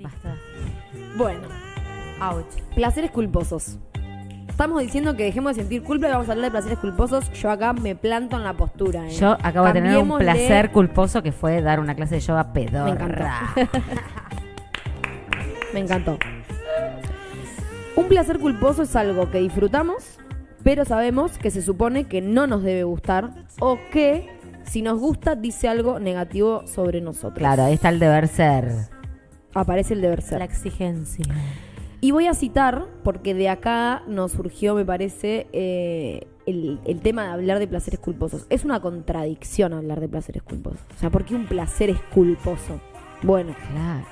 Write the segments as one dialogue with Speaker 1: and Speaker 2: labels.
Speaker 1: Basta.
Speaker 2: Bueno,
Speaker 1: Ouch.
Speaker 2: placeres culposos. Estamos diciendo que dejemos de sentir culpa y vamos a hablar de placeres culposos. Yo acá me planto en la postura. ¿eh?
Speaker 1: Yo acabo de tener un
Speaker 2: Cambiémosle-
Speaker 1: placer culposo que fue dar una clase de yoga pedorra.
Speaker 2: Me encantó. Me encantó. Un placer culposo es algo que disfrutamos, pero sabemos que se supone que no nos debe gustar o que si nos gusta dice algo negativo sobre nosotros.
Speaker 1: Claro, ahí está el deber ser.
Speaker 2: Aparece el deber ser.
Speaker 3: La exigencia.
Speaker 2: Y voy a citar, porque de acá nos surgió, me parece, eh, el, el tema de hablar de placeres culposos. Es una contradicción hablar de placeres culposos. O sea, ¿por qué un placer es culposo? Bueno,
Speaker 1: Claro.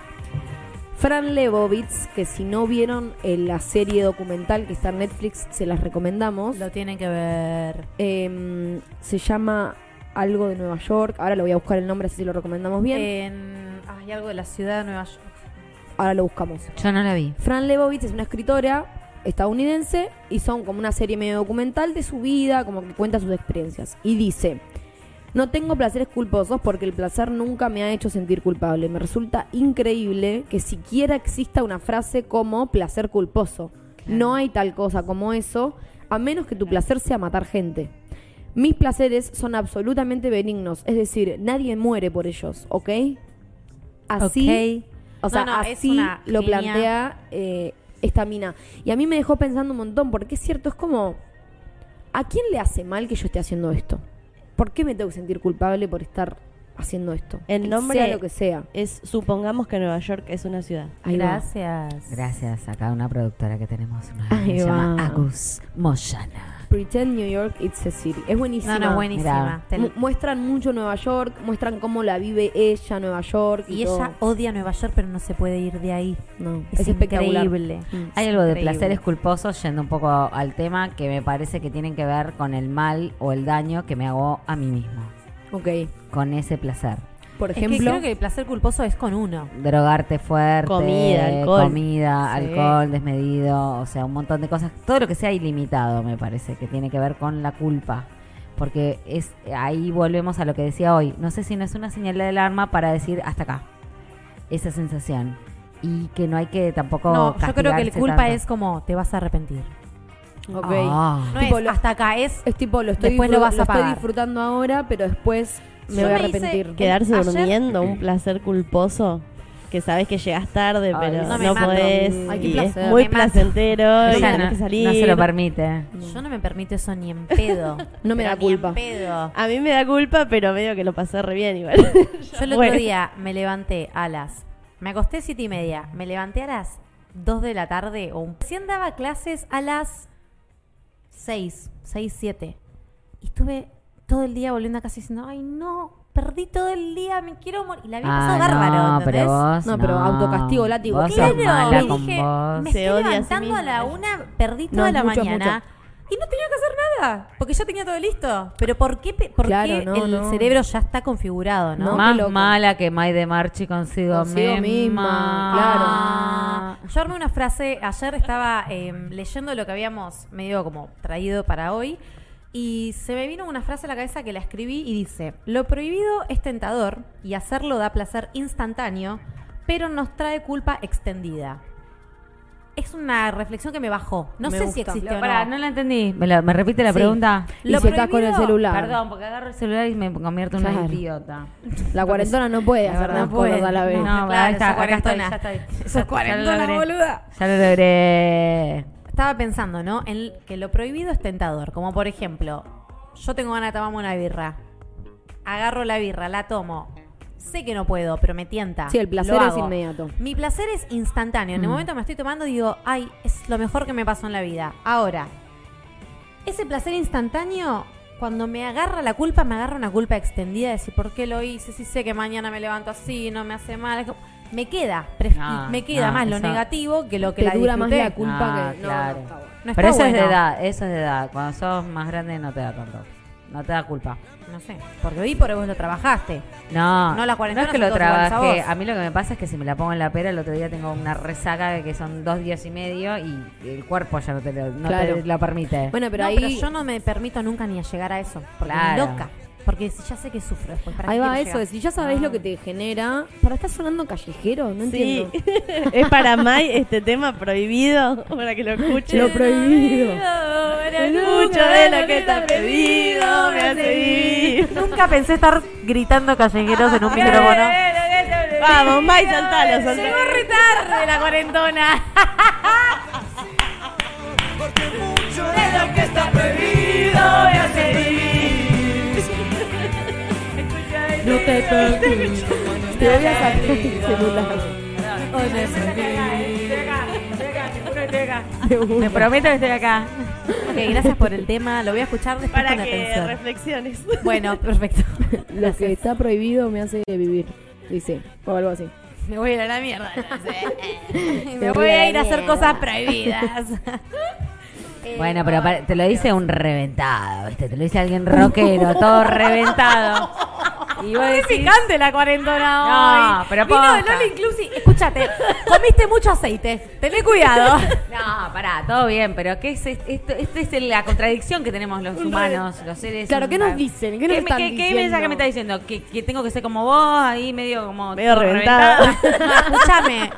Speaker 2: Fran Lebowitz, que si no vieron eh, la serie documental que está en Netflix, se las recomendamos.
Speaker 3: Lo tienen que ver.
Speaker 2: Eh, se llama Algo de Nueva York. Ahora lo voy a buscar el nombre, así se lo recomendamos bien.
Speaker 3: Eh, En, hay algo de la ciudad de Nueva York.
Speaker 2: Ahora lo buscamos.
Speaker 1: Yo no la vi.
Speaker 2: Fran Lebowitz es una escritora estadounidense y son como una serie medio documental de su vida, como que cuenta sus experiencias. Y dice, no tengo placeres culposos porque el placer nunca me ha hecho sentir culpable. Me resulta increíble que siquiera exista una frase como placer culposo. No hay tal cosa como eso, a menos que tu placer sea matar gente. Mis placeres son absolutamente benignos, es decir, nadie muere por ellos, ¿ok? Así
Speaker 1: Ok.
Speaker 2: o sea,
Speaker 3: No, no, es
Speaker 2: así
Speaker 3: una
Speaker 2: lo
Speaker 3: línea.
Speaker 2: plantea eh, esta mina. Y a mí me dejó pensando un montón, porque es cierto, es como, ¿a quién le hace mal que yo esté haciendo esto? ¿Por qué me tengo que sentir culpable por estar haciendo esto?
Speaker 4: El nombre-
Speaker 2: Sea lo que sea.
Speaker 4: Es, supongamos que Nueva York es una ciudad.
Speaker 2: Ahí va.
Speaker 3: Gracias.
Speaker 1: Gracias acá una productora que tenemos. Una
Speaker 2: Ahí
Speaker 1: que se llama
Speaker 2: va.
Speaker 1: Agus Moyana.
Speaker 2: Pretend New York, it's a city. Es buenísima.
Speaker 3: No, no, buenísima.
Speaker 1: Mirá.
Speaker 3: Te-
Speaker 2: Mu- Muestran mucho Nueva York, muestran cómo la vive ella, Nueva York. Y,
Speaker 3: Y ella
Speaker 2: todo.
Speaker 3: odia Nueva York, pero no se puede ir de ahí.
Speaker 2: No,
Speaker 3: Es,
Speaker 2: es, espectacular.
Speaker 3: increíble.
Speaker 2: Mm.
Speaker 1: Hay algo de
Speaker 3: Increíble.
Speaker 1: placeres culposos, yendo un poco al tema, que me parece que tienen que ver con el mal o el daño que me hago a mí mismo.
Speaker 2: Ok.
Speaker 1: Con ese placer.
Speaker 2: Por
Speaker 3: Es que
Speaker 2: ejemplo,
Speaker 3: creo que el placer culposo es con uno.
Speaker 1: Drogarte fuerte.
Speaker 4: Comida, alcohol.
Speaker 1: comida,
Speaker 3: Sí.
Speaker 1: alcohol desmedido, o sea, un montón de cosas. Todo lo que sea ilimitado, me parece, que tiene que ver con la culpa. Porque es ahí volvemos a lo que decía hoy. No sé si no es una señal de alarma para decir hasta acá. Esa sensación. Y que no hay que tampoco.
Speaker 3: no, yo creo que el
Speaker 1: castigarse
Speaker 3: culpa
Speaker 1: tanto.
Speaker 3: es como te vas a arrepentir.
Speaker 2: ok.
Speaker 1: Ah.
Speaker 3: No
Speaker 2: Tipo,
Speaker 3: es
Speaker 2: lo-
Speaker 3: hasta acá, es
Speaker 2: Es tipo, lo estoy,
Speaker 3: Después lo
Speaker 2: disfrut-
Speaker 3: vas a
Speaker 2: estoy
Speaker 3: pagar.
Speaker 2: disfrutando ahora, pero después
Speaker 3: Yo
Speaker 2: me voy a
Speaker 3: me hice-
Speaker 2: arrepentir.
Speaker 4: Quedarse
Speaker 3: Ayer-
Speaker 4: durmiendo, un placer culposo. Que sabes que llegas tarde,
Speaker 1: Ay,
Speaker 4: pero
Speaker 1: no
Speaker 4: no,
Speaker 3: me mato.
Speaker 4: podés.
Speaker 2: Ay, qué
Speaker 4: y es
Speaker 2: placer.
Speaker 4: muy
Speaker 3: Me mato.
Speaker 4: placentero. Y
Speaker 1: Ella
Speaker 4: tenés
Speaker 1: no,
Speaker 4: que salir.
Speaker 1: no se lo permite.
Speaker 3: Yo no me permito eso ni en pedo.
Speaker 2: No
Speaker 3: Pero
Speaker 2: me da
Speaker 3: ni en
Speaker 2: culpa.
Speaker 3: pedo.
Speaker 4: A mí me da culpa, pero medio que lo pasé re bien igual.
Speaker 3: Yo el
Speaker 4: Bueno.
Speaker 3: otro día me levanté a las. Me acosté siete y media. Me levanté a las 2 de la tarde. O un, recién daba clases a las 6, 6, 7. Y estuve todo el día volviendo a casa diciendo: Ay, no, perdí todo el día, me quiero morir. Y la había pasado
Speaker 1: Ah,
Speaker 3: bárbaro.
Speaker 1: no, pero
Speaker 3: ¿entendés?
Speaker 1: vos.
Speaker 2: No, pero autocastigo, látigo.
Speaker 1: Vos
Speaker 2: Claro,
Speaker 1: sos mala
Speaker 3: y
Speaker 1: con
Speaker 3: dije,
Speaker 1: vos.
Speaker 3: me
Speaker 4: Se
Speaker 3: estoy
Speaker 4: odia a sí
Speaker 3: levantando a la
Speaker 4: misma.
Speaker 3: una, perdí
Speaker 2: No,
Speaker 3: toda
Speaker 2: es
Speaker 3: la
Speaker 2: mucho, es
Speaker 3: mañana y no tenía que hacer nada, porque ya tenía todo listo. Pero ¿por qué, pe- por
Speaker 2: Claro,
Speaker 3: qué
Speaker 2: no,
Speaker 3: el
Speaker 2: no.
Speaker 3: cerebro ya está configurado, no?
Speaker 2: No, qué
Speaker 1: Más
Speaker 2: loco.
Speaker 1: mala que May de Marchi consigo,
Speaker 2: Consigo
Speaker 1: misma.
Speaker 2: misma,
Speaker 3: Ah, Yo armé una frase, ayer estaba eh, leyendo lo que habíamos medio como traído para hoy y se me vino una frase a la cabeza que la escribí y dice, lo prohibido es tentador y hacerlo da placer instantáneo, pero nos trae culpa extendida. Es una reflexión que me bajó. No
Speaker 2: Me
Speaker 3: sé si
Speaker 2: gusta.
Speaker 3: existe
Speaker 1: Lo-
Speaker 3: o
Speaker 1: pará,
Speaker 3: no.
Speaker 1: no la entendí. ¿Me, la- me repite la
Speaker 2: Sí.
Speaker 1: pregunta?
Speaker 2: Y si estás con el
Speaker 3: prohibido-
Speaker 2: celular.
Speaker 1: Perdón, porque agarro el celular y me convierto en una
Speaker 2: Claro.
Speaker 1: idiota.
Speaker 2: La cuarentona no puede
Speaker 3: La
Speaker 2: hacer
Speaker 3: verdad
Speaker 2: más
Speaker 3: no puede.
Speaker 2: cosas a la vez.
Speaker 1: No,
Speaker 3: claro,
Speaker 1: ahí está,
Speaker 3: sos
Speaker 1: acá estoy,
Speaker 3: cuarentona.
Speaker 1: ya estoy.
Speaker 3: Sos
Speaker 1: Ya lo
Speaker 3: cuarentona,
Speaker 1: logré.
Speaker 3: boluda.
Speaker 1: Ya lo logré.
Speaker 3: Estaba pensando, ¿no? En que lo prohibido es tentador. Como por ejemplo, yo tengo ganas de tomarme una birra. Agarro la birra, la tomo. Sé que no puedo, pero me tienta.
Speaker 2: Sí, el
Speaker 3: Lo
Speaker 2: placer es
Speaker 3: hago.
Speaker 2: inmediato. Mm.
Speaker 3: Mi placer es instantáneo. En el momento que me estoy tomando digo, ay, es lo mejor que me pasó en la vida. Ahora, ese placer instantáneo, cuando me agarra la culpa, me agarra una culpa extendida de decir, ¿por qué lo hice? Si sé que mañana me levanto así, no me hace mal. Es como- Me queda, pref-
Speaker 1: No,
Speaker 3: me queda
Speaker 1: no,
Speaker 3: más lo
Speaker 1: eso-
Speaker 3: negativo que lo que
Speaker 2: Ah, Te
Speaker 3: la
Speaker 2: dura más
Speaker 3: disfruté.
Speaker 2: la culpa
Speaker 1: Ah,
Speaker 2: que. no,
Speaker 1: claro.
Speaker 2: no, está bueno.
Speaker 3: No está
Speaker 1: Pero eso es de
Speaker 3: bueno.
Speaker 1: edad, eso es de edad. Cuando sos más grande no te da tanto. No te da culpa.
Speaker 3: No sé, porque vi por vos lo trabajaste.
Speaker 1: No,
Speaker 3: No, la cuarentena
Speaker 1: es que
Speaker 3: son
Speaker 1: lo
Speaker 3: todos iguales a
Speaker 1: trabajé.
Speaker 3: vos.
Speaker 1: A mí lo que me pasa es que si me la pongo en la pera, el otro día tengo una resaca de que son dos días y medio y el cuerpo ya no te lo, no
Speaker 2: Claro.
Speaker 1: te lo permite.
Speaker 2: Bueno, pero
Speaker 3: no,
Speaker 2: ahí.
Speaker 3: pero yo no me permito nunca ni a llegar a eso. Porque
Speaker 1: Claro.
Speaker 3: ni loca. Porque si ya sé que sufro después. ¿para
Speaker 2: Ahí
Speaker 3: qué
Speaker 2: va
Speaker 3: quiero
Speaker 2: eso, de
Speaker 3: llegar?
Speaker 2: si ya sabés
Speaker 3: Ah.
Speaker 2: lo que te genera. ¿Para estar sonando callejero? No
Speaker 4: sí,
Speaker 2: entiendo.
Speaker 4: es para Mai este tema prohibido para que lo escuche.
Speaker 2: Lo prohibido.
Speaker 4: Es mucho de lo que está prohibido me hace vivir.
Speaker 3: Nunca pensé estar gritando callejeros en un micrófono.
Speaker 4: Vamos, Mai, saltalo, saltalo.
Speaker 3: Llegó re tarde la cuarentona.
Speaker 5: Porque mucho de lo que está prohibido me hace vivir. No te toques.
Speaker 2: Te voy a sacar el celular.
Speaker 3: Me prometo que estoy acá. Ok, gracias por el tema. Lo voy a escuchar después
Speaker 4: Para
Speaker 3: con
Speaker 4: que
Speaker 3: atención.
Speaker 4: reflexiones.
Speaker 3: Bueno, perfecto.
Speaker 2: Lo que está prohibido me hace vivir. Dice, o algo así.
Speaker 3: Me voy a ir a la mierda. Me voy a ir a hacer cosas prohibidas.
Speaker 2: eh,
Speaker 3: Eh,
Speaker 1: Bueno, pero para- te lo dice un reventado, ¿viste? Te lo dice alguien rockero, todo reventado. Y vos
Speaker 3: Qué
Speaker 1: decís,
Speaker 3: picante la cuarentona hoy.
Speaker 1: No, pero
Speaker 3: Vino de
Speaker 1: posta.
Speaker 3: Lola Inclusi. Escúchate, comiste mucho aceite. Tené cuidado.
Speaker 1: no, pará, todo bien, pero ¿qué es est- esto? Esto es el- la contradicción que tenemos los humanos, los seres
Speaker 2: Claro, ¿qué nos
Speaker 1: humanos.
Speaker 2: dicen? ¿Qué nos
Speaker 1: me-
Speaker 2: están
Speaker 1: qué mensaje
Speaker 2: diciendo?
Speaker 1: me está diciendo? ¿Que, que tengo que ser como vos, ahí medio como...
Speaker 4: Medio
Speaker 1: todo
Speaker 4: reventada.
Speaker 3: No, escúchame.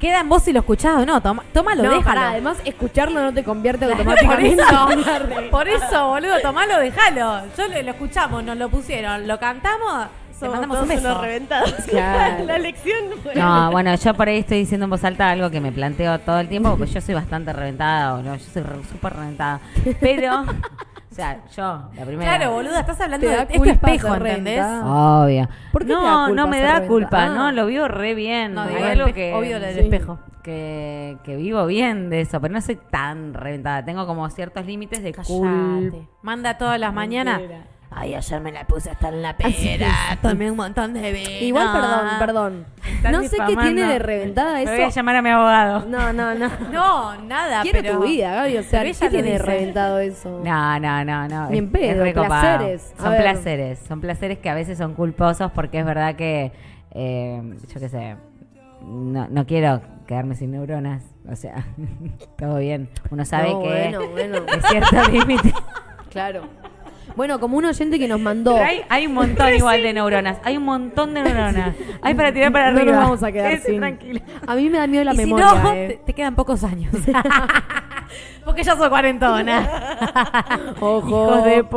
Speaker 3: Queda en vos si lo escuchás o no. Toma, tómalo,
Speaker 2: no,
Speaker 3: déjalo.
Speaker 2: pará, además, escucharlo no te convierte
Speaker 3: Por
Speaker 2: automáticamente en una
Speaker 3: eso,
Speaker 2: regla.
Speaker 3: por eso, boludo, tomalo, déjalo. Yo lo, lo escuchamos, nos lo pusieron, lo cantamos, te
Speaker 4: Somos
Speaker 3: mandamos
Speaker 4: todos
Speaker 3: un beso.
Speaker 4: unos reventados.
Speaker 2: Claro.
Speaker 4: La lección fue.
Speaker 1: No, bueno, yo por ahí estoy diciendo en voz alta algo que me planteo todo el tiempo, porque yo soy bastante reventada, o no, yo soy re- súper reventada. Pero, o sea, yo, la primera.
Speaker 3: Claro, boluda, estás hablando
Speaker 2: Te
Speaker 3: de
Speaker 2: da
Speaker 3: este
Speaker 2: culpa
Speaker 3: espejo,
Speaker 2: ser
Speaker 3: ¿entendés?
Speaker 2: reventada.
Speaker 1: Obvio.
Speaker 2: ¿Por qué te da
Speaker 1: no,
Speaker 2: culpa
Speaker 1: no me
Speaker 2: ser
Speaker 1: da
Speaker 2: reventada?
Speaker 1: culpa,
Speaker 2: Ah.
Speaker 1: no, lo vivo re bien.
Speaker 3: No,
Speaker 1: Hay
Speaker 3: digo, el
Speaker 1: algo
Speaker 3: espe-
Speaker 1: que,
Speaker 3: obvio lo del
Speaker 2: sí.
Speaker 3: espejo.
Speaker 1: que, que vivo bien de eso, pero no soy tan reventada. Tengo como ciertos límites de culpa.
Speaker 3: Callate. Manda todas las mañanas. Ay, ayer me la puse hasta en la pera. Tomé un montón de vino.
Speaker 2: Igual, perdón, perdón.
Speaker 1: Estás
Speaker 2: no sé qué
Speaker 1: difamando.
Speaker 2: tiene de reventada
Speaker 1: Me voy a
Speaker 2: eso.
Speaker 1: llamar a mi abogado.
Speaker 2: No, no, no.
Speaker 3: No, nada,
Speaker 2: Quiero
Speaker 3: Ah, pero...
Speaker 2: tu vida, Gaby. O sea,
Speaker 3: Pero
Speaker 2: ¿qué
Speaker 3: ella lo
Speaker 2: tiene de
Speaker 3: dice.
Speaker 2: reventado eso?
Speaker 1: No, no, no, no.
Speaker 2: Ni en
Speaker 1: Es-
Speaker 2: pedo,
Speaker 1: es recopado.
Speaker 2: placeres. A
Speaker 1: Son
Speaker 2: ver.
Speaker 1: placeres. Son placeres que a veces son culposos porque es verdad que, eh, yo qué sé, no, no quiero quedarme sin neuronas. O sea, todo bien. Uno sabe
Speaker 2: No,
Speaker 1: que
Speaker 2: bueno, bueno.
Speaker 1: es cierto límite.
Speaker 2: Claro. Bueno, como un oyente que nos mandó.
Speaker 1: Pero Hay, hay un montón igual de neuronas. Hay un montón de neuronas. Hay para tirar para
Speaker 2: No
Speaker 1: arriba.
Speaker 2: nos vamos a quedar
Speaker 1: Quédese
Speaker 2: sin.
Speaker 1: tranquila.
Speaker 2: A mí me da miedo la
Speaker 3: Y si
Speaker 2: memoria.
Speaker 3: no,
Speaker 2: eh.
Speaker 3: te, te quedan pocos años. Porque ya soy cuarentona.
Speaker 2: Ojo.
Speaker 1: Hijos de puta,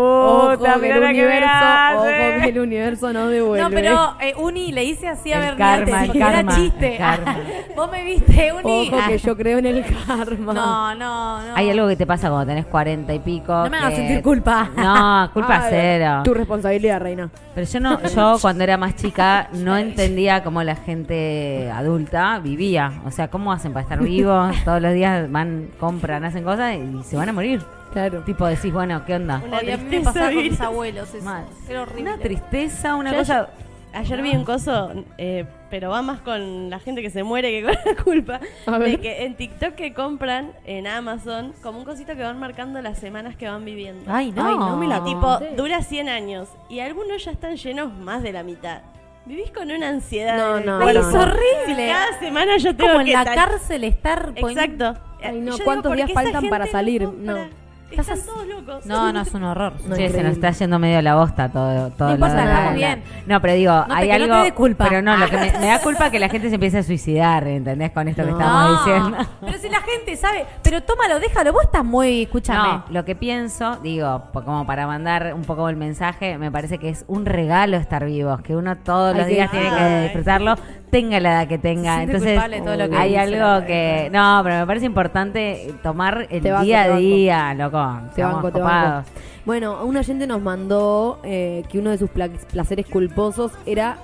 Speaker 2: ojo, que
Speaker 1: mirá
Speaker 2: el
Speaker 1: la que me
Speaker 2: universo,
Speaker 1: hace.
Speaker 2: ojo que el universo no devuelve.
Speaker 3: No, pero eh, Uni le hice así a
Speaker 1: El
Speaker 3: ver
Speaker 1: karma, el
Speaker 3: porque
Speaker 1: karma,
Speaker 3: era chiste.
Speaker 1: el karma.
Speaker 3: Vos me viste, Uni. Ah,
Speaker 2: Ojo que yo creo en el karma.
Speaker 3: No, no, no.
Speaker 1: Hay algo que te pasa cuando tenés cuarenta y pico.
Speaker 3: No me hagas
Speaker 1: que-
Speaker 3: sentir culpa.
Speaker 1: No, culpa
Speaker 2: Ay,
Speaker 1: cero.
Speaker 2: Ah, Tu responsabilidad, reina.
Speaker 1: Pero yo no, yo cuando era más chica no entendía cómo la gente adulta vivía. O sea, cómo hacen para estar vivos, todos los días van, compran, hacen cosas y se van a morir.
Speaker 2: Claro.
Speaker 1: Tipo decís, bueno, ¿qué onda?
Speaker 4: Una
Speaker 3: Ay, a mí me
Speaker 4: tristeza
Speaker 3: pasaba con
Speaker 4: vivir.
Speaker 3: mis abuelos eso.
Speaker 1: Mal.
Speaker 3: Era horrible.
Speaker 1: Una tristeza, una
Speaker 4: Yo
Speaker 1: cosa.
Speaker 4: Ayer vi un coso, eh, pero va más con la gente que se muere que con la culpa.
Speaker 2: A
Speaker 4: De
Speaker 2: ver.
Speaker 4: que en TikTok que compran en Amazon como un cosito que van marcando las semanas que van viviendo.
Speaker 3: Ay, no.
Speaker 2: Ay, no me la
Speaker 4: Tipo,
Speaker 2: sí.
Speaker 4: dura 100 años y algunos ya están llenos más de la mitad. Vivís con una ansiedad.
Speaker 2: No,
Speaker 4: de-
Speaker 2: no,
Speaker 4: Ay,
Speaker 3: Ay,
Speaker 2: no,
Speaker 3: es
Speaker 2: no.
Speaker 3: horrible.
Speaker 4: Cada semana yo tengo
Speaker 3: Como en
Speaker 4: que
Speaker 3: la
Speaker 4: tal-
Speaker 3: cárcel estar pon-
Speaker 4: Exacto.
Speaker 2: pues, Ay, no,
Speaker 4: Yo digo,
Speaker 2: ¿cuántos
Speaker 4: ¿por
Speaker 2: días
Speaker 4: qué esa
Speaker 2: faltan
Speaker 4: gente
Speaker 2: para salir?
Speaker 4: compra?
Speaker 2: No.
Speaker 4: Están
Speaker 3: Estás-
Speaker 4: todos locos.
Speaker 3: No, no, es un horror.
Speaker 2: No,
Speaker 1: Che, se
Speaker 2: increíble.
Speaker 1: nos está yendo medio la bosta todo,
Speaker 3: No
Speaker 1: todo lo
Speaker 3: importa,
Speaker 1: de la-
Speaker 3: estamos
Speaker 1: la-
Speaker 3: bien.
Speaker 1: No, pero digo,
Speaker 3: te-
Speaker 1: hay
Speaker 3: que no
Speaker 1: algo.
Speaker 3: te dé culpa.
Speaker 1: Pero no, lo que me, me da culpa que la gente se empiece a suicidar, ¿entendés? Con esto que
Speaker 2: No.
Speaker 1: estamos diciendo.
Speaker 3: Pero si la gente sabe, pero tómalo, déjalo, vos estás muy, escúchame.
Speaker 1: No, lo que pienso, digo, po- como para mandar un poco el mensaje, me parece que es un regalo estar vivos, que uno todos
Speaker 2: Ay,
Speaker 1: los
Speaker 2: qué
Speaker 1: días tiene que
Speaker 4: ay.
Speaker 1: disfrutarlo, tenga la edad que tenga.
Speaker 3: Se siente
Speaker 1: Entonces,
Speaker 3: culpable de todo lo que
Speaker 1: hay
Speaker 3: dice
Speaker 1: algo que. No, pero me parece importante tomar el
Speaker 2: Te banco,
Speaker 1: día
Speaker 2: te
Speaker 1: a
Speaker 2: banco.
Speaker 1: día, loco.
Speaker 2: Te
Speaker 1: Seamos
Speaker 2: banco, te
Speaker 1: copados.
Speaker 2: banco. Bueno, un oyente nos mandó eh, que uno de sus pla- placeres culposos era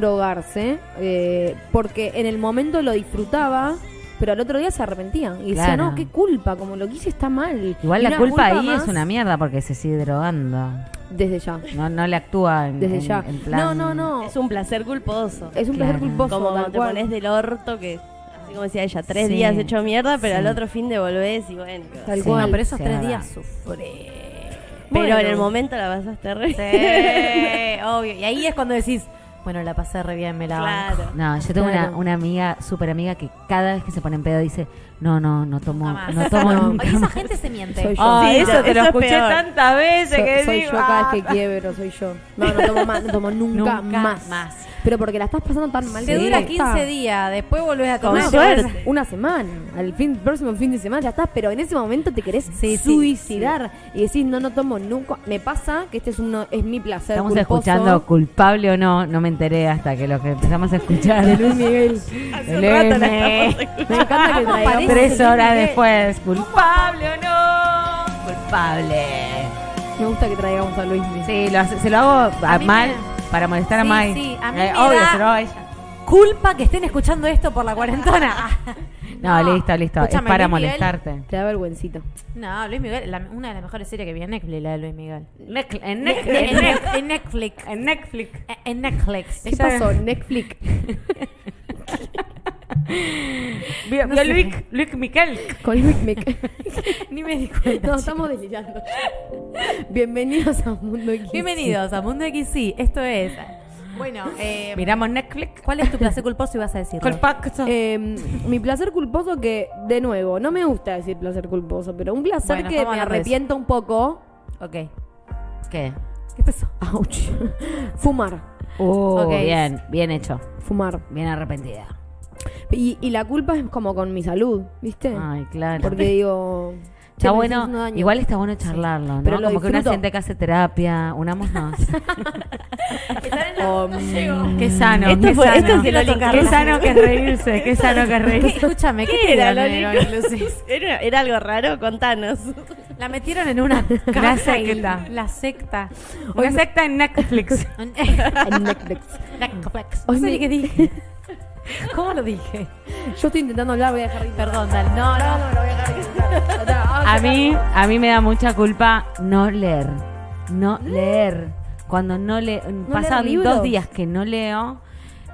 Speaker 2: drogarse, eh, porque en el momento lo disfrutaba, pero al otro día se arrepentía. Y decía,
Speaker 1: Claro.
Speaker 2: no, qué culpa, como lo que hice está mal.
Speaker 1: Igual
Speaker 2: Y
Speaker 1: la
Speaker 2: una
Speaker 1: culpa ahí
Speaker 2: más
Speaker 1: es una mierda porque se sigue drogando.
Speaker 2: Desde ya,
Speaker 1: No, no le actúa en,
Speaker 2: desde
Speaker 1: en-
Speaker 2: ya.
Speaker 1: en plan-
Speaker 2: No, no, no.
Speaker 4: Es un placer culposo.
Speaker 2: Es un placer
Speaker 1: Claro.
Speaker 2: culposo.
Speaker 4: Como
Speaker 2: tal
Speaker 4: cuando te
Speaker 2: cual.
Speaker 4: pones del orto que, así como decía ella, tres
Speaker 1: Sí.
Speaker 4: días hecho mierda, pero
Speaker 1: Sí.
Speaker 4: al otro fin devolvés y bueno. qué vas a hacer.
Speaker 2: Tal
Speaker 1: Sí,
Speaker 2: cual.
Speaker 3: No, pero esos
Speaker 1: Sí,
Speaker 3: tres
Speaker 1: es
Speaker 3: días
Speaker 1: verdad.
Speaker 3: sufre.
Speaker 4: Pero
Speaker 2: Bueno.
Speaker 4: en el momento la pasaste re.
Speaker 3: Sí, obvio. Y ahí es cuando decís, Bueno, la pasé re bien, me la banco.
Speaker 4: Claro.
Speaker 1: No, yo tengo
Speaker 2: Claro.
Speaker 1: una, una amiga, súper amiga, que cada vez que se pone en pedo dice, no, no, no tomo,
Speaker 3: Nunca más.
Speaker 1: no tomo
Speaker 2: No.
Speaker 1: nunca
Speaker 3: Oye, esa
Speaker 1: más".
Speaker 3: gente se miente.
Speaker 2: Soy yo.
Speaker 1: Ay,
Speaker 4: Sí,
Speaker 1: eso
Speaker 4: esa-
Speaker 1: te lo
Speaker 4: esa es
Speaker 1: escuché
Speaker 4: peor.
Speaker 1: tantas veces
Speaker 2: So-
Speaker 1: que
Speaker 2: soy
Speaker 1: digo,
Speaker 2: yo cada
Speaker 1: "Ah".
Speaker 2: vez que quiebro, soy yo. No, no tomo más, no tomo nunca,
Speaker 3: Nunca
Speaker 2: más.
Speaker 3: más.
Speaker 2: Pero porque la estás pasando tan mal
Speaker 3: Te
Speaker 2: que
Speaker 3: dura
Speaker 2: ya
Speaker 3: 15
Speaker 2: está.
Speaker 3: días, después volvés a
Speaker 4: Con
Speaker 3: tomar.
Speaker 4: suerte.
Speaker 2: Una semana, al fin, próximo fin de semana ya estás, pero en ese momento te querés
Speaker 3: Sí, sí,
Speaker 2: suicidar y decís, no, no tomo nunca. Me pasa que este es uno, es mi placer.
Speaker 1: Estamos
Speaker 2: culposo.
Speaker 1: escuchando culpable o no, no me enteré hasta que lo que empezamos a escuchar.
Speaker 2: de Luis Miguel.
Speaker 4: Hace un rato la
Speaker 1: Leme.
Speaker 4: estamos escuchando.
Speaker 2: Me encanta que
Speaker 3: Vamos,
Speaker 2: traigamos.
Speaker 3: parece-
Speaker 1: Tres
Speaker 3: Luis
Speaker 1: horas
Speaker 3: Miguel.
Speaker 1: después, culpable o no, culpable.
Speaker 2: Me gusta que traigamos a Luis Miguel.
Speaker 1: Sí, lo hace- se lo hago a
Speaker 3: A mí
Speaker 1: mal
Speaker 3: me-
Speaker 1: para molestar a
Speaker 3: Sí,
Speaker 1: Mai.
Speaker 3: sí, a mí
Speaker 1: Eh,
Speaker 3: me
Speaker 1: obvio,
Speaker 3: da-
Speaker 1: se lo hago a ella.
Speaker 3: Culpa que estén escuchando esto por la cuarentona.
Speaker 1: No, listo, listo, es
Speaker 3: Escúchame,
Speaker 1: para
Speaker 3: Luis Miguel-
Speaker 1: molestarte.
Speaker 2: Te da vergüencita.
Speaker 3: No, Luis Miguel, la- una de las mejores series que vi en Netflix, la de Luis Miguel.
Speaker 1: Nec- En
Speaker 3: En
Speaker 1: Netflix.
Speaker 3: Net- en Netflix.
Speaker 1: En Netflix.
Speaker 3: En Netflix.
Speaker 2: ¿Qué
Speaker 1: Ella-
Speaker 2: pasó? Netflix.
Speaker 1: Vio,
Speaker 3: No
Speaker 1: vio
Speaker 3: sé.
Speaker 1: Luis, Luis Miquel.
Speaker 2: Con Luis Miguel.
Speaker 3: Ni me di cuenta.
Speaker 2: No, estamos delirando. Bienvenidos a Mundo X.
Speaker 3: Bienvenidos a Mundo XC. Esto es. Bueno, eh,
Speaker 1: Miramos Netflix.
Speaker 3: ¿cuál es tu placer culposo? Ibas a decirlo.
Speaker 1: Colpaxo.
Speaker 2: Eh, mi placer culposo que, de nuevo, no me gusta decir placer culposo, pero un placer
Speaker 3: Bueno,
Speaker 2: que
Speaker 3: estamos
Speaker 2: me
Speaker 3: en la red.
Speaker 2: arrepiento un poco.
Speaker 3: Ok.
Speaker 1: ¿Qué?
Speaker 3: ¿Qué pasó?
Speaker 2: Ouch. Fumar.
Speaker 1: Oh,
Speaker 3: Ok.
Speaker 1: bien, bien hecho.
Speaker 2: Fumar.
Speaker 1: Bien arrepentida.
Speaker 2: Y, y la culpa es como con mi salud, ¿viste?
Speaker 1: Ay, claro.
Speaker 2: Porque digo. che,
Speaker 1: Está
Speaker 2: me
Speaker 1: bueno,
Speaker 2: haciendo daño.
Speaker 1: igual está bueno charlarlo, ¿no?
Speaker 2: pero lo
Speaker 1: Como que una
Speaker 2: disfruto.
Speaker 1: siente que hace terapia, unámonos.
Speaker 2: Oh,
Speaker 1: mm, qué sano,
Speaker 4: Esto
Speaker 1: qué
Speaker 4: fue-
Speaker 1: sano.
Speaker 4: esto es de Loli
Speaker 1: qué
Speaker 4: Carla.
Speaker 1: sano que es reírse, qué sano que es
Speaker 3: ¿Qué-
Speaker 1: reírse.
Speaker 3: escúchame, ¿qué, te
Speaker 4: era,
Speaker 3: dieron en
Speaker 4: Loli?
Speaker 3: Orange Lucis?
Speaker 4: Era, era algo raro, contanos.
Speaker 3: La metieron en una casa y
Speaker 1: secta.
Speaker 3: la secta.
Speaker 1: Una secta en Netflix.
Speaker 2: En Netflix.
Speaker 3: Netflix.
Speaker 2: Hoy
Speaker 3: No sé
Speaker 2: me-
Speaker 3: ni qué dije. ¿Cómo lo dije?
Speaker 2: Yo estoy intentando hablar, voy a dejar de
Speaker 3: Perdón, dale. No, no, no.
Speaker 1: A mí, a mí me da mucha culpa no leer. No leer. Cuando ¿Eh? no le
Speaker 2: leer
Speaker 1: pasan
Speaker 2: libros.
Speaker 1: dos días que no leo,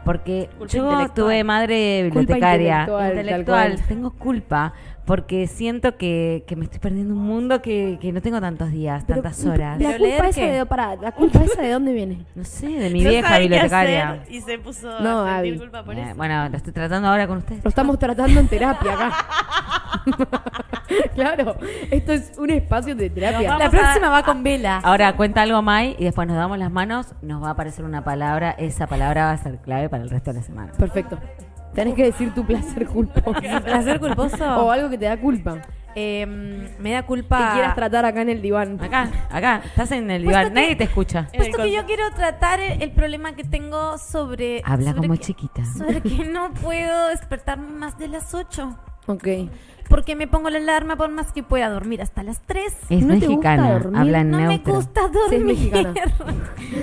Speaker 1: porque
Speaker 4: Culpa
Speaker 1: yo
Speaker 4: intelectual.
Speaker 1: tuve madre
Speaker 2: Culpa
Speaker 1: bibliotecaria
Speaker 2: intelectual, tal cual.
Speaker 1: tengo culpa porque siento que, que me estoy perdiendo un mundo que, que no tengo tantos días,
Speaker 2: Pero,
Speaker 1: tantas horas.
Speaker 2: La
Speaker 3: ¿Pero leer
Speaker 2: culpa, esa
Speaker 3: qué?
Speaker 2: de, pará, ¿La culpa esa de dónde viene?
Speaker 1: No sé, de mi
Speaker 4: No
Speaker 1: vieja
Speaker 4: sabía qué
Speaker 1: bibliotecaria.
Speaker 4: hacer Y se puso
Speaker 2: No,
Speaker 4: a sentir
Speaker 2: Abby.
Speaker 4: culpa por
Speaker 1: Eh,
Speaker 4: eso.
Speaker 1: bueno, lo estoy tratando ahora con ustedes.
Speaker 2: Lo estamos tratando en terapia acá. claro, esto es un espacio de terapia.
Speaker 3: La próxima va con vela.
Speaker 2: Ah.
Speaker 1: Ahora cuenta algo Mai y después nos damos las manos, nos va a aparecer una palabra, esa palabra va a ser clave para el resto de la semana.
Speaker 2: Perfecto. Tenés que decir tu placer culposo.
Speaker 3: Placer
Speaker 2: o
Speaker 3: culposo.
Speaker 2: algo que te da culpa.
Speaker 3: eh, me da
Speaker 2: Que
Speaker 3: culpa.
Speaker 2: quieras tratar acá en el diván.
Speaker 1: Acá, acá, estás en el
Speaker 3: Pues
Speaker 1: diván,
Speaker 3: no te-
Speaker 1: nadie te escucha.
Speaker 4: En el
Speaker 3: Puesto que yo quiero tratar el, el problema que tengo sobre.
Speaker 1: Habla
Speaker 3: sobre
Speaker 1: como
Speaker 3: que-
Speaker 1: chiquita.
Speaker 3: Sobre que no puedo despertarme más de las 8.
Speaker 2: Ok.
Speaker 3: Porque me pongo la alarma por más que pueda dormir hasta las 3.
Speaker 1: Es
Speaker 2: ¿No te gusta
Speaker 1: mexicana,
Speaker 2: dormir?
Speaker 1: habla en
Speaker 3: No me
Speaker 1: neutro.
Speaker 3: gusta
Speaker 2: Sí, es
Speaker 3: dormir.
Speaker 2: mexicana.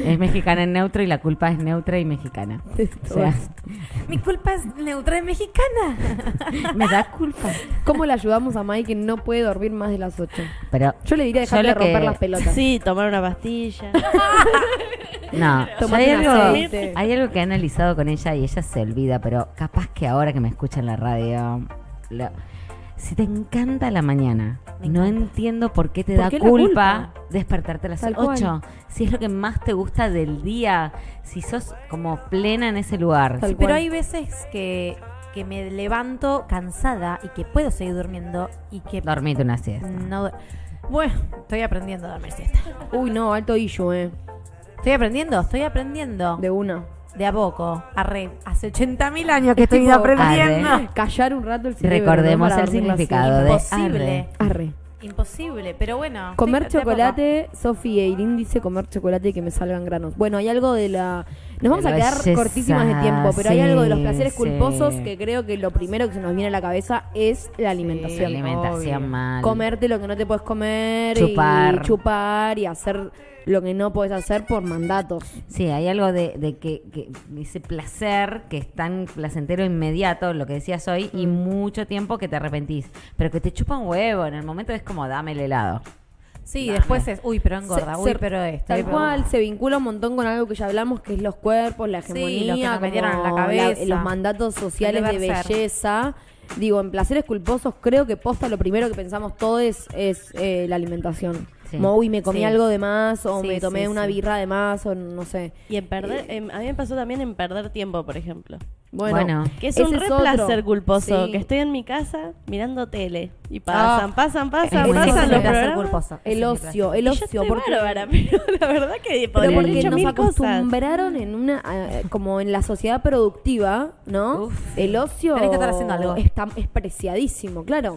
Speaker 1: Es mexicana en neutro y la culpa es neutra y mexicana. O sea,
Speaker 3: Mi culpa es neutra y mexicana.
Speaker 1: me da culpa.
Speaker 2: ¿Cómo le ayudamos a Mai que no puede dormir más de las 8?
Speaker 1: Pero
Speaker 2: Yo le diría dejar
Speaker 1: Yo
Speaker 2: de
Speaker 1: lo que-
Speaker 2: romper las pelotas.
Speaker 4: Sí, tomar una pastilla.
Speaker 1: no, yo hay
Speaker 2: Tomate un
Speaker 1: algo,
Speaker 2: aceite.
Speaker 1: hay algo que he analizado con ella y ella se olvida, pero capaz que ahora que me escucha en la radio, lo- si te encanta la mañana,
Speaker 3: Me
Speaker 1: no
Speaker 3: encanta.
Speaker 1: entiendo por qué te
Speaker 2: ¿Por
Speaker 1: da
Speaker 2: qué la
Speaker 1: culpa,
Speaker 2: culpa?
Speaker 1: despertarte a las
Speaker 2: Tal
Speaker 1: 8. Si es lo que más te gusta del día, si sos como plena en ese lugar.
Speaker 2: Tal
Speaker 3: Pero
Speaker 2: cual.
Speaker 3: hay veces que, que me levanto cansada y que puedo seguir durmiendo y que
Speaker 1: Dormite una siesta.
Speaker 3: no. du- Bueno, estoy aprendiendo a dormir siesta.
Speaker 2: Uy, no, alto issue, eh.
Speaker 3: Estoy aprendiendo, estoy aprendiendo.
Speaker 2: De una.
Speaker 3: De a poco. Arre, hace 80.000 años que estoy
Speaker 2: tipo,
Speaker 3: aprendiendo.
Speaker 1: arre.
Speaker 2: Callar un rato el cerebro. ¿no?
Speaker 1: Recordemos
Speaker 2: Para
Speaker 1: el
Speaker 2: dormir las
Speaker 1: significado de
Speaker 3: Imposible.
Speaker 1: arre.
Speaker 2: siesta. Arre.
Speaker 3: Imposible, pero bueno.
Speaker 2: Comer
Speaker 3: estoy- de a poco.
Speaker 2: chocolate, Sofi e Irín dice comer chocolate y que me salgan granos. Bueno, hay algo de la... Nos vamos
Speaker 1: De
Speaker 2: a quedar
Speaker 1: belleza,
Speaker 2: cortísimas de tiempo, pero hay
Speaker 1: sí,
Speaker 2: algo de los placeres
Speaker 1: sí.
Speaker 2: culposos que creo que lo primero que se nos viene a la cabeza es la alimentación.
Speaker 1: Alimentación
Speaker 3: obvio.
Speaker 1: mal.
Speaker 2: Comerte lo que no te puedes comer
Speaker 1: Chupar.
Speaker 2: y chupar y hacer lo que no puedes hacer por mandatos.
Speaker 1: Sí, hay algo de, de que, que ese placer que es tan placentero e inmediato, lo que decías hoy, y
Speaker 2: Mm.
Speaker 1: mucho tiempo que te arrepentís, pero que te chupa un huevo, en el momento es como dame el helado.
Speaker 3: Sí, después es, uy, pero engorda,
Speaker 2: Se-
Speaker 3: uy,
Speaker 2: se-
Speaker 3: pero esto. uy,
Speaker 2: Tal
Speaker 3: pero-
Speaker 2: cual, se vincula un montón con algo que ya hablamos, que es los cuerpos, la
Speaker 3: Sí, los que
Speaker 2: hegemonía,
Speaker 3: nos metieron en la
Speaker 2: como
Speaker 3: cabeza.
Speaker 2: los mandatos sociales de
Speaker 3: El deber ser.
Speaker 2: belleza. Digo, en placeres culposos creo que posta lo primero que pensamos todos es eh, la alimentación.
Speaker 1: Sí.
Speaker 2: Uy, me comí
Speaker 3: Sí.
Speaker 2: algo de más, o
Speaker 3: Sí,
Speaker 2: me tomé
Speaker 3: sí,
Speaker 2: una
Speaker 3: sí.
Speaker 2: birra de más, o no sé.
Speaker 4: Y en perder, em, a mí me pasó también en perder tiempo, por ejemplo.
Speaker 2: Bueno,
Speaker 1: Bueno.
Speaker 4: Que es
Speaker 2: ese
Speaker 4: un re placer
Speaker 2: otro.
Speaker 4: culposo,
Speaker 2: Sí.
Speaker 4: que estoy en mi casa mirando tele. Y pasan, pasan, pasan,
Speaker 1: buenísimo
Speaker 4: pasan
Speaker 1: el
Speaker 4: los
Speaker 1: placer
Speaker 4: programas.
Speaker 3: culposo.
Speaker 2: El ocio, el
Speaker 4: Y yo
Speaker 2: ocio.
Speaker 4: estoy
Speaker 2: porque-
Speaker 4: bárbara, pero la verdad que
Speaker 2: Pero
Speaker 4: podría haber
Speaker 2: porque
Speaker 4: hecho
Speaker 2: nos
Speaker 4: mil cosas.
Speaker 2: acostumbraron en una eh, como en la sociedad productiva, ¿no?
Speaker 1: Uf.
Speaker 2: el ocio
Speaker 3: Tenés que estar haciendo algo.
Speaker 2: está- es preciadísimo, claro.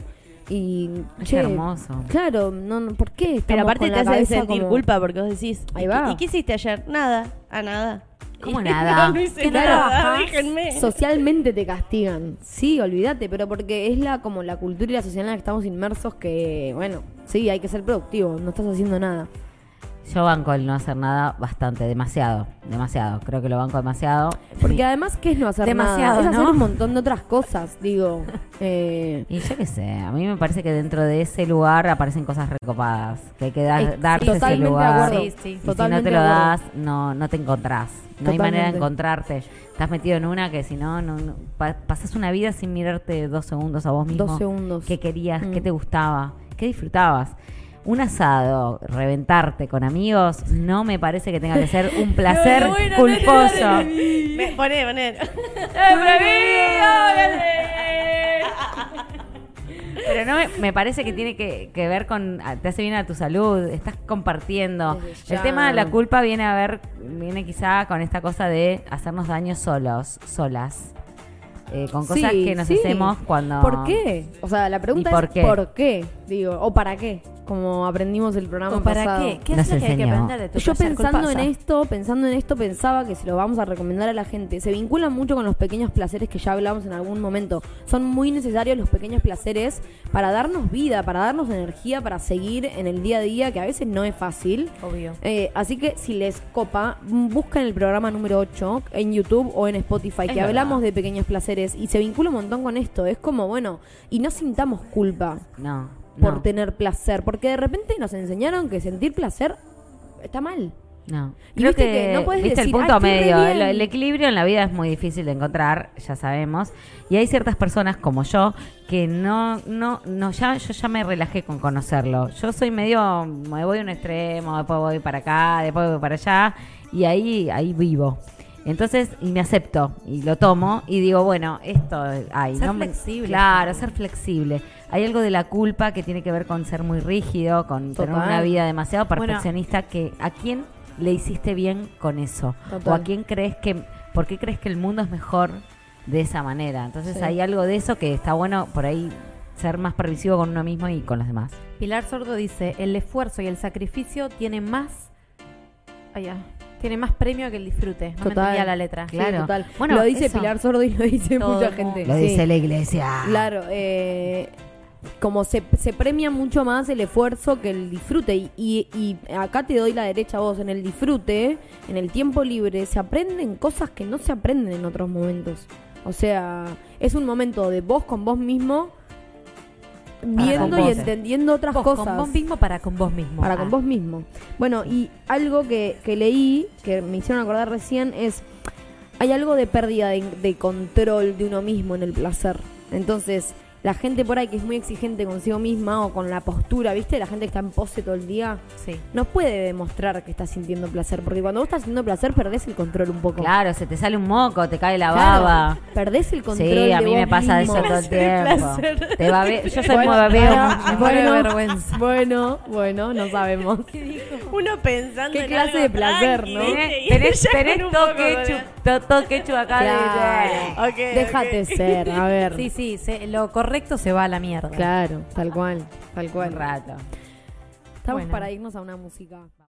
Speaker 2: Y
Speaker 1: Es
Speaker 2: che,
Speaker 1: hermoso.
Speaker 2: Claro, no, no, ¿por qué?
Speaker 4: Pero
Speaker 2: estamos
Speaker 4: aparte
Speaker 2: con
Speaker 4: te
Speaker 2: la
Speaker 4: hace
Speaker 2: cabeza
Speaker 4: sentir
Speaker 2: como-
Speaker 4: culpa porque vos decís,
Speaker 2: Ahí
Speaker 4: ¿y,
Speaker 2: va.
Speaker 4: qué- y qué hiciste ayer? Nada, a nada.
Speaker 1: ¿Cómo
Speaker 4: Y-
Speaker 1: nada?
Speaker 4: No, no hice
Speaker 3: ¿Qué
Speaker 4: nada,
Speaker 3: trabajás?
Speaker 4: ah, déjenme.
Speaker 2: Socialmente te castigan. Sí, olvídate, pero porque es la como la cultura y la sociedad en la que estamos inmersos que, bueno, sí, hay que ser productivo, no estás haciendo nada.
Speaker 1: Yo banco el no hacer nada bastante, demasiado, demasiado. Creo que lo banco demasiado.
Speaker 2: Porque además, ¿qué es no hacer
Speaker 3: Demasiado,
Speaker 2: nada? Es hacer
Speaker 3: ¿no?
Speaker 2: un montón de otras cosas, digo. Eh,
Speaker 1: Y yo qué sé, a mí me parece que dentro de ese lugar aparecen cosas recopadas, que hay que dar,
Speaker 2: Es-
Speaker 1: darse
Speaker 2: sí,
Speaker 1: ese
Speaker 2: totalmente de
Speaker 1: lugar.
Speaker 2: acuerdo.
Speaker 3: Sí, sí.
Speaker 1: Y
Speaker 2: Totalmente
Speaker 1: si no te
Speaker 2: de
Speaker 1: lo
Speaker 2: acuerdo.
Speaker 1: das, no, no te encontrás. No hay manera de
Speaker 2: Totalmente.
Speaker 1: encontrarte. Estás metido en una que si no, no, no- pa- pasas una vida sin mirarte dos segundos a vos mismo.
Speaker 2: Dos segundos.
Speaker 1: ¿Qué querías?
Speaker 2: Mm.
Speaker 1: ¿Qué te gustaba? ¿Qué disfrutabas? Un asado, reventarte con amigos, no me parece que tenga que ser un placer culposo.
Speaker 4: Me- Poné, poné.
Speaker 1: Pero no me, me parece que tiene que, que ver con a- te hace bien a tu salud, estás compartiendo.
Speaker 2: Desde ya.
Speaker 1: El tema de la culpa viene a ver viene quizá con esta cosa de hacernos daño solos, solas. Eh, con cosas
Speaker 2: Sí,
Speaker 1: que nos
Speaker 2: sí.
Speaker 1: hacemos cuando
Speaker 2: ¿Por qué? O sea, la pregunta
Speaker 1: ¿Y por
Speaker 2: es
Speaker 1: qué?
Speaker 2: ¿por qué? Digo, o para qué, como aprendimos el programa
Speaker 3: ¿O para
Speaker 2: pasado.
Speaker 3: qué? ¿Qué
Speaker 1: Nos
Speaker 3: es lo que hay que
Speaker 1: enseñó.
Speaker 3: aprender de tu
Speaker 2: Yo
Speaker 3: placer
Speaker 2: pensando
Speaker 3: culposo?
Speaker 2: en esto, pensando en esto, pensaba que se lo vamos a recomendar a la gente. Se vinculan mucho con los pequeños placeres que ya hablamos en algún momento. Son muy necesarios los pequeños placeres para darnos vida, para darnos energía, para seguir en el día a día, que a veces no es fácil.
Speaker 3: Obvio.
Speaker 2: Eh, así que si les copa, m- buscan el programa número 8 en YouTube o en Spotify, que
Speaker 4: verdad.
Speaker 2: hablamos de pequeños placeres y se vincula un montón con esto. Es como, bueno, y no sintamos culpa
Speaker 1: No.
Speaker 2: por
Speaker 1: no,
Speaker 2: tener placer, porque de repente nos enseñaron que sentir placer está mal.
Speaker 1: No.
Speaker 2: Y
Speaker 1: Creo
Speaker 2: viste
Speaker 1: que,
Speaker 2: que no podés
Speaker 1: viste
Speaker 2: decir,
Speaker 1: el punto
Speaker 2: "Ay, estoy re
Speaker 1: medio. El,
Speaker 2: bien".
Speaker 1: el equilibrio en la vida es muy difícil de encontrar, ya sabemos. Y hay ciertas personas como yo que no, no, no, ya, yo ya me relajé con conocerlo. Yo soy medio, me voy a un extremo, después voy para acá, después voy para allá, y ahí, ahí vivo. Entonces, y me acepto, y lo tomo, y digo, bueno, esto hay.
Speaker 3: Ser
Speaker 1: no me-
Speaker 3: flexible.
Speaker 1: Claro, ser flexible. Hay algo de la culpa que tiene que ver con ser muy rígido, con tener
Speaker 2: Total.
Speaker 1: una vida demasiado
Speaker 3: Bueno.
Speaker 1: perfeccionista que a quién le hiciste bien con eso
Speaker 2: Total.
Speaker 1: o a quién crees que por qué crees que el mundo es mejor de esa manera entonces
Speaker 2: Sí.
Speaker 1: hay algo de eso que está bueno por ahí ser más permisivo con uno mismo y con los demás
Speaker 3: Pilar Sordo dice, el esfuerzo y el sacrificio tienen más... Allá. Tiene más premio que el disfrute. No me
Speaker 2: Total.
Speaker 3: entendía la letra.
Speaker 1: Claro.
Speaker 2: Sí, total.
Speaker 1: Bueno,
Speaker 2: lo dice
Speaker 1: eso.
Speaker 2: Pilar Sordo y lo dice
Speaker 3: Todo
Speaker 2: mucha
Speaker 3: el mundo.
Speaker 2: gente.
Speaker 1: lo
Speaker 2: Sí.
Speaker 1: dice la iglesia
Speaker 2: Claro, eh, como se, se premia mucho más el esfuerzo que el disfrute. Y, y- y acá te doy la derecha a vos. En el disfrute, en el tiempo libre, se aprenden cosas que no se aprenden en otros momentos. O sea, es un momento de vos con vos mismo, viendo
Speaker 1: con
Speaker 2: y
Speaker 1: vos.
Speaker 2: entendiendo otras
Speaker 3: Vos
Speaker 2: cosas.
Speaker 3: con vos mismo para con vos mismo.
Speaker 2: Para con
Speaker 3: Ah.
Speaker 2: vos mismo. Bueno, y algo que, que leí, que me hicieron acordar recién, es, hay algo de pérdida de, de control de uno mismo en el placer. Entonces, la gente por ahí que es muy exigente consigo misma o con la postura, ¿viste? La gente que está en pose todo el día,
Speaker 3: Sí.
Speaker 2: no puede demostrar que está sintiendo placer, porque cuando vos estás sintiendo placer perdés el control un poco.
Speaker 1: claro se te sale un moco te cae la
Speaker 2: Claro,
Speaker 1: baba
Speaker 2: Perdés el control.
Speaker 1: sí a
Speaker 2: de
Speaker 1: mí
Speaker 2: vos
Speaker 1: me pasa
Speaker 2: mismo.
Speaker 1: eso todo el tiempo
Speaker 4: placer.
Speaker 1: te babe- yo soy
Speaker 2: Bueno,
Speaker 1: muy babeo
Speaker 2: para-
Speaker 1: mucho.
Speaker 3: muero de
Speaker 2: bueno,
Speaker 3: vergüenza.
Speaker 2: Bueno, bueno, no sabemos.
Speaker 4: Uno pensando
Speaker 2: Qué
Speaker 4: en
Speaker 2: clase
Speaker 4: algo
Speaker 2: de placer,
Speaker 4: tranqui,
Speaker 2: ¿no?
Speaker 3: ¿Eh?
Speaker 4: ¿viste? Y
Speaker 1: tenés
Speaker 4: ella con
Speaker 1: tenés
Speaker 4: un
Speaker 1: todo
Speaker 4: poco de-
Speaker 1: quechu to- todo quechu acá de-
Speaker 2: Claro.
Speaker 4: Ok,
Speaker 2: Déjate
Speaker 4: ok.
Speaker 2: ser, a ver.
Speaker 3: Sí, sí, se- lo correcto se va a la mierda.
Speaker 2: Claro, tal cual, tal
Speaker 1: un
Speaker 2: cual.
Speaker 1: rato
Speaker 2: Estamos
Speaker 3: Bueno.
Speaker 2: para irnos a una música.